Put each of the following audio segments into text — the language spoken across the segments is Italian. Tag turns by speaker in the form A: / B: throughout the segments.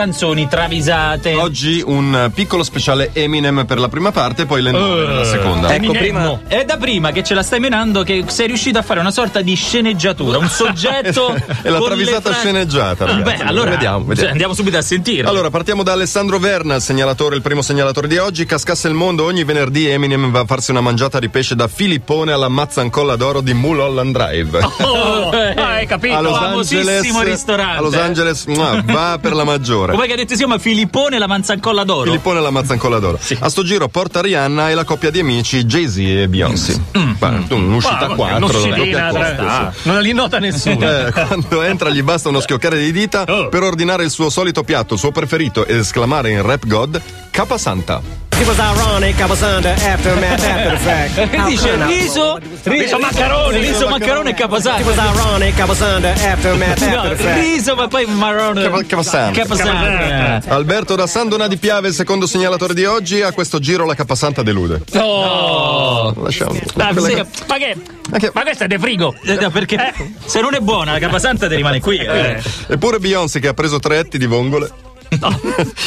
A: Canzoni travisate.
B: Oggi un piccolo speciale Eminem per la prima parte, poi le nuove per la seconda.
C: Ecco, prima-
A: Eh, È da prima che ce la stai menando che sei riuscito a fare una sorta di sceneggiatura, un soggetto.
B: È la
A: con le
B: travisata
A: frasi-
B: sceneggiata,
A: Ah,
B: ragazzi.
A: Beh, allora
B: Vediamo,
A: cioè,
B: vediamo.
A: andiamo subito a sentire.
B: Allora, partiamo da Alessandro Verna, segnalatore, il primo segnalatore di oggi. Cascasse il mondo, ogni venerdì Eminem va a farsi una mangiata di pesce da Filippone alla mazzancolla d'oro di Mulholland Drive.
A: Oh, eh, hai
B: a
A: capito?
B: Los
A: Famosissimo
B: Angeles,
A: ristorante.
B: a Los Angeles mua, va per la maggiore.
A: Come che ha detto si chiama Filippone e la manzancolla d'oro?
B: Filippone alla mazzancolla d'oro. A sto giro porta Rihanna e la coppia di amici Jay-Z e Beyoncé.
A: Mm.
B: Beh, tu, Un'uscita
A: Ma-
B: a quattro,
A: un'uscitina,
B: una doppia
A: tra-
B: coppia, sì.
D: Ah, non li nota nessuno.
B: Eh, quando entra gli basta uno schioccare di dita per ordinare il suo solito piatto, il suo preferito, ed esclamare in rap god Capasanta.
E: It was ironic, I was under aftermath after the fact.
A: E Eh, dice riso,
D: Riso maccaroni.
A: riso maccarone e
E: It
A: caposacco.
E: was ironic, I was under aftermath after
A: No,
E: the fact.
A: riso ma poi
B: Capa-
A: marrone. Eh.
B: Capasanta.
A: Capasante.
B: Alberto da San Donà di Piave, secondo segnalatore di oggi, a questo giro la Capasanta delude. Oh.
D: No.
B: Lasciamo.
A: Ah,
B: Quella
A: sì,
B: ca-
D: Ma che?
B: Anche-
D: Ma questo è de frigo.
A: Eh, no, perché se non è buona la capasanta ti rimane qui. eh.
B: Eppure Beyoncé che ha preso tre etti di vongole.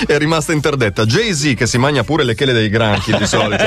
B: è rimasta interdetta. Jay-Z che si magna pure le chele dei granchi di solito.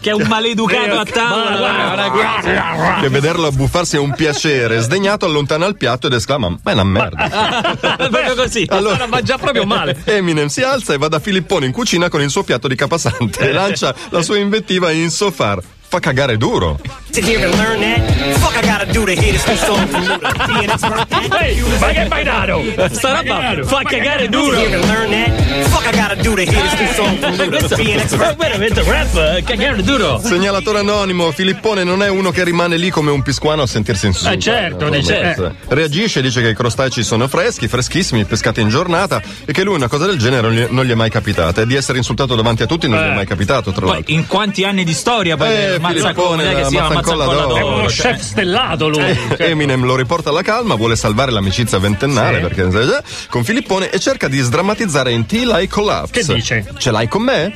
A: Che è un maleducato a
D: Ah,
A: tavola. guarda, guarda.
B: che vederlo abbuffarsi è un piacere. Sdegnato allontana il piatto ed esclama: Ma è una merda.
A: Proprio così.
B: Allora-
D: Allora mangia proprio male.
B: Eminem si alza e va da Filippone in cucina con il suo piatto di capasante
D: Eh.
B: e lancia la sua invettiva in sofar. Fa cagare duro.
E: To hear and learn that, fuck I gotta do to hear this new song from Luda. Being expert at it.
D: Ehi, ma che bainato?
A: Sta roba fa cagare
E: To
A: duro.
E: hear and learn that, fuck I gotta do to hear this new song from Luda. Being expert
A: È veramente un rap, eh, cagare duro.
B: Segnalatore anonimo, Filippone non è uno che rimane lì come un pisquano a sentirsi insultato.
D: Eh, certo,
B: Vabbè,
D: certo.
B: Eh. Reagisce, dice che i crostacei sono freschi, freschissimi, pescati in giornata e che lui una cosa del genere non gli- non gli è mai capitata. E di essere insultato davanti a tutti non
D: Eh.
B: gli è mai capitato, tra
A: Poi
B: l'altro.
A: in quanti anni di storia poi
B: Eh,
A: eh,
B: Filippone,
A: che
B: la
A: si chiama Mazzacolla
B: Mazzacolla d'Oro. Eh,
D: È uno
A: d'Oro. cioè.
D: chef stellato lui. Cioè,
B: Eminem lo riporta alla calma, vuole salvare l'amicizia ventennale
D: Sì.
B: perché eh, con Filippone e cerca di sdrammatizzare in Till I Collapse.
D: Che dice?
B: Ce l'hai con me?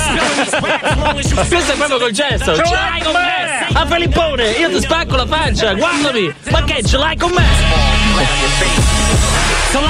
A: Questo è proprio col gesto.
B: Cioè,
D: Ce
A: Ce
D: l'hai
B: eh.
A: l'hai con
D: con
A: me! A Filippone, io ti spacco la pancia, guardami! Ma che ce l'hai con me?
D: se lo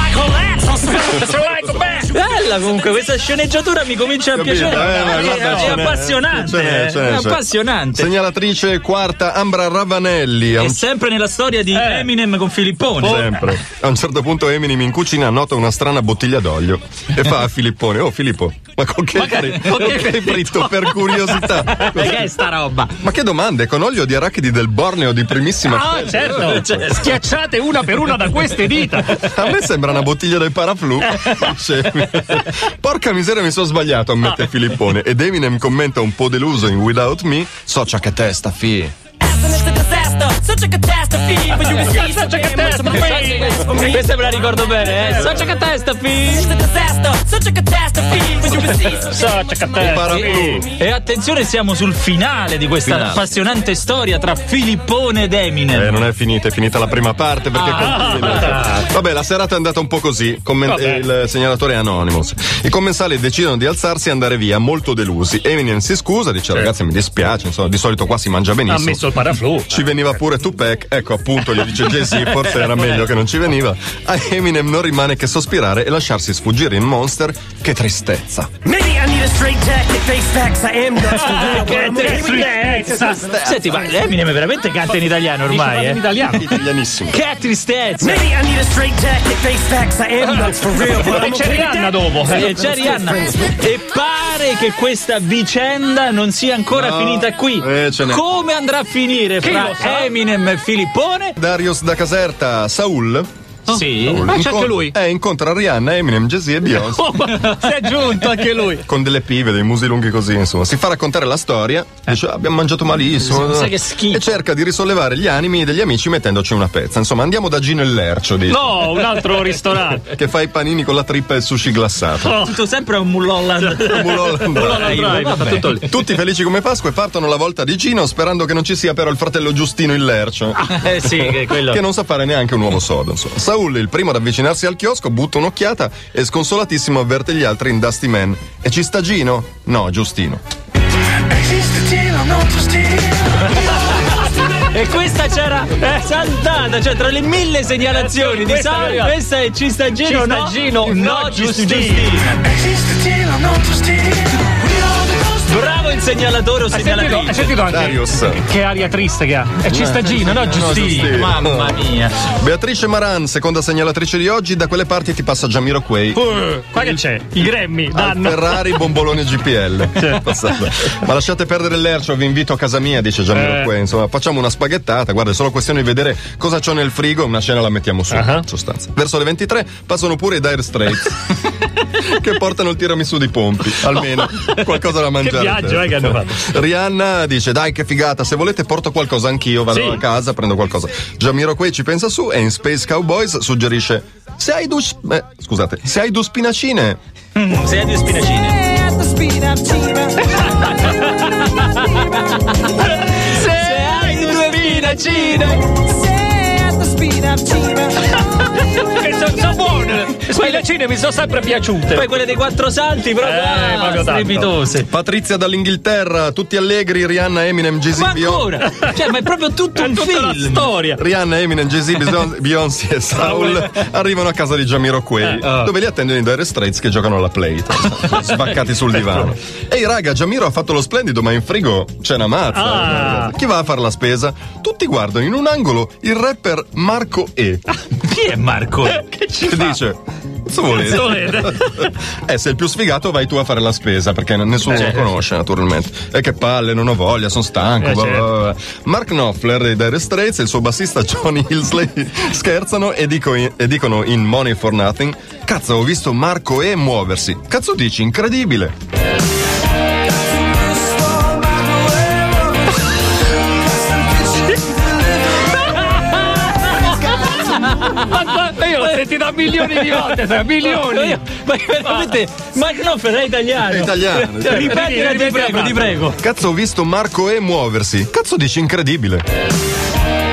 D: hai con me.
A: Bella comunque, questa sceneggiatura mi comincia a
B: Capito?
A: piacere.
B: Eh, ma guarda,
A: è
B: ce n'è, ce
A: appassionante.
B: n'è, ce n'è,
A: È
B: ce n'è.
A: appassionante.
B: Segnalatrice quarta Ambra Ravanelli. A
A: È
B: un, certo
A: sempre nella storia di Eminem con Filippone.
B: sempre. a un certo punto Eminem in cucina nota una strana bottiglia d'olio e fa a Filippone: Oh Filippo, ma con che, fri- con che fritto per curiosità?
A: Ma che è sta roba?
B: Ma che domande? Con olio di arachidi del Borneo di primissima
D: Ah, certo. Schiacciate una per una da queste dita.
B: A me sembra una bottiglia del paraflu. Dice, Porca miseria, mi sono sbagliato, ammette Filippone. Ed Eminem commenta un po' deluso in Without Me. Socia che testa, fi.
F: It's a disaster, such a catastrophe. But you can see such a catastrophe.
A: Questa me la ricordo bene, eh. Socia che testa, fi!
F: It's a disaster, such a catastrophe. But you can see such
D: So, c'è
B: Eh, Paraflu.
A: E attenzione, siamo sul finale di questa
B: Finale.
A: appassionante storia tra Filippone ed Eminem.
B: Eh, non è finita, è finita la prima parte perché
D: Ah.
B: continua. Vabbè, la serata è andata un po' così. Commen- eh, il segnalatore è Anonymous. I commensali decidono di alzarsi e andare via, molto delusi. Eminem si scusa, dice ragazzi mi dispiace, insomma, di solito qua si mangia
D: Ha
B: benissimo.
D: messo il paraflu.
B: Ci veniva pure Tupac, ecco appunto, gli dice Jay-Z, forse era meglio che non ci veniva. A Eminem non rimane che sospirare e lasciarsi sfuggire in Monster, che tristezza.
E: Maybe I need a straight jacket, face facts, I am nuts for real, but I'm okay with that.
A: Senti, ma Eminem veramente canta in italiano ormai,
D: In
A: eh?
D: italiano.
B: Italianissimo.
A: Che tristezza!
E: Maybe I need a straight jacket, face facts, I am nuts for real, but
D: E
E: I'm
D: c'è
E: okay with
D: Rihanna
E: that.
D: dopo.
A: E c'è Rihanna. Eh, E pare che questa vicenda non sia ancora
B: No,
A: finita qui.
B: eh, ce n'è.
A: Come andrà a finire
D: lo
A: fra
D: sa?
A: Eminem e Filippone?
B: Darius da Caserta, Saul.
A: Sì.
D: Ah, c'è
B: Incon-
D: anche lui. Oh,
B: Eh, incontra Rihanna, Eminem, Jay-Z e Beyoncé.
D: Si è giunto anche lui.
B: Con delle pive, dei musi lunghi così, insomma. Si fa raccontare la storia,
D: Eh.
B: dice "Ah, abbiamo mangiato malissimo.
A: Sai che schifo.
B: E cerca di risollevare gli animi degli amici mettendoci una pezza. Insomma, andiamo da Gino e Lercio, dice.
D: No, un altro ristorante.
B: Che fa i panini con la trippa e il sushi glassato.
A: Tutto sempre un Mulholland.
B: Mulholland
A: Eh,
B: Drive.
D: Drive,
A: Vabbè.
D: tutto lì.
B: Tutti felici come Pasqua e partono la volta di Gino sperando che non ci sia però il fratello Giustino il Lercio.
A: Eh sì, che quello.
B: Che non sa fare neanche un uovo sodo, insomma. Saul, il primo ad avvicinarsi al chiosco, butta un'occhiata e sconsolatissimo avverte gli altri in Dusty Man. E ci sta Gino? No, Giustino.
G: Esiste Gino, non Giustino.
A: E questa c'era saltata, cioè tra le mille segnalazioni di
D: Questa
A: Sal,
D: era-
A: questa è Cistagino.
D: Cistagino, no, Giustina.
A: Bravo il segnalatore o
D: Hai sentito, hai
A: segnalatrice.
D: sentito anche
B: Darius.
D: che aria triste che ha? È Cistagino, no? Giustino.
B: Giustino.
A: Mamma mia.
B: Beatrice Maran, seconda segnalatrice di oggi, da quelle parti ti passa Jamiroquai.
D: Uh, qua che c'è? I Grammy
B: Al
D: danno.
B: Ferrari bombolone GPL Passata. ma lasciate perdere l'ercio vi invito a casa mia dice
D: Eh.
B: Gianni insomma facciamo una spaghettata guarda è solo questione di vedere cosa c'ho nel frigo una scena la mettiamo su in sostanza verso le 23 passano pure i Dire Straits che portano il tiramisù di Pompi almeno qualcosa da mangiare
D: viaggio, eh, che hanno
B: Rihanna dice dai che figata se volete porto qualcosa anch'io vado a casa prendo qualcosa Jamiroquai ci pensa su e in Space Cowboys suggerisce se hai due eh, scusate se hai due spinacine
A: Sei a due spinacine. Se hai due spinacine.
D: Che sono, sono buone! Quelle cine mi sono sempre piaciute.
A: Poi quelle dei quattro salti proprio,
D: Eh,
A: ah,
D: proprio tanto.
A: strepitose.
B: Patrizia dall'Inghilterra, tutti allegri, Rihanna, Eminem,
A: Ma
B: Jay-Z, Beyon-
A: ancora? Cioè, ma è proprio tutto un
D: tutta la
A: film.
D: storia.
B: Rihanna, Eminem, Jay-Z, Bison- Beyoncé e Saul arrivano a casa di Jamiroquai,
A: Eh, oh.
B: dove li attendono i Dire Straits che giocano alla play, tra l'altro, sbaccati
A: Ecco.
B: sul divano. Ehi raga, Jamiro ha fatto lo splendido, ma in frigo c'è una mazza.
A: Ah.
B: Chi va a fare la spesa? Tutti guardano in un angolo il rapper Marco E,
A: Chi è Marco?
D: Che ci
B: che
D: fa?
B: dice... "Cazzo volete?"
D: Solete.
B: Eh, sei il più sfigato, vai tu a fare la spesa perché nessuno
D: Eh,
B: lo conosce, naturalmente. E che palle, non ho voglia, sono stanco.
D: Eh,
B: bla, bla,
D: certo.
B: bla. Mark Knopfler dei Dire Straits e il suo bassista Johnny Hillsley scherzano e, dico in- e dicono in Money for Nothing: Cazzo, ho visto Marco E muoversi. Cazzo, dici, incredibile.
D: Ma guarda, io l'ho sentita milioni di volte, fra,
A: Ma
D: milioni!
A: io- Ma io veramente, ma no, è italiano.
B: È italiano.
A: Cioè, Ripetila, ti
D: Ripeti,
A: prego, ti
D: ripeti.
A: prego.
B: Cazzo, ho visto Marco E muoversi. Cazzo, dici, incredibile.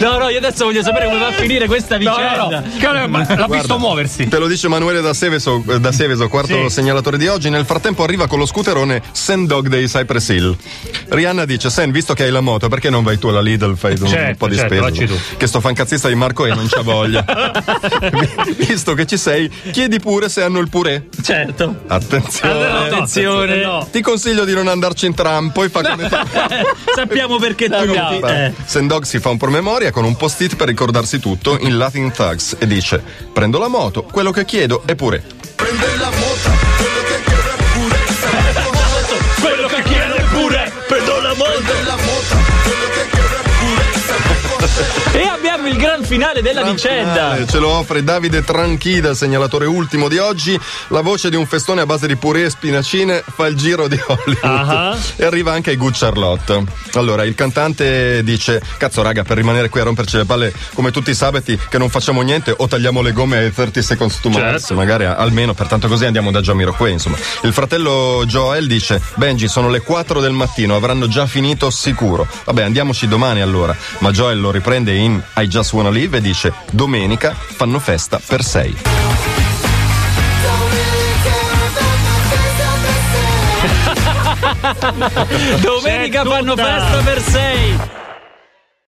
A: No, no, io adesso voglio sapere come va a finire questa
D: No,
A: vicenda.
D: no, no. Caramba, l'ha visto muoversi.
B: Te lo dice Emanuele da Seveso, eh, da Seveso, quarto
D: Sì.
B: segnalatore di oggi. Nel frattempo arriva con lo scooterone Sand Dog dei Cypress Hill. Rihanna dice: Sen, visto che hai la moto, perché non vai tu alla Lidl? Fai un,
D: Certo,
B: un po' di
D: certo, vacci
B: spesa.
D: tu.
B: Che sto fancazzista di Marco e non c'ha voglia. Vi- visto che ci sei, chiedi pure se hanno il purè.
A: Certo.
B: Attenzione.
A: attenzione.
D: No.
B: Ti consiglio di non andarci in tram, poi fa come fa.
A: Sappiamo perché tu non ti- eh.
B: Sendog si fa un promemoria con un post-it per ricordarsi tutto in Latin Thugs e dice: Prendo la moto, quello che chiedo è pure.
D: Quello che chiede pure, prendo la moto.
A: E abbiamo il gran finale della vicenda.
B: Ce lo offre Davide Tranchida, segnalatore ultimo di oggi. La voce di un festone a base di purè e spinacine fa il giro di Hollywood.
D: Ah.
B: E arriva anche ai Good Charlotte. Allora, il cantante dice: Cazzo, raga, per rimanere qui a romperci le palle come tutti i sabati, che non facciamo niente, o tagliamo le gomme ai 30 seconds to Mars,
D: Certo.
B: Magari a- almeno, pertanto così andiamo da Jamiroquai, insomma. Il fratello Joel dice: Benji, sono le 4 del mattino, avranno già finito sicuro. Vabbè, andiamoci domani allora. Ma Joel lo riprende in I Just Wanna Live e dice: Domenica fanno festa per 6.
A: Domenica
D: C'è
A: fanno
D: tutta.
A: festa per sei.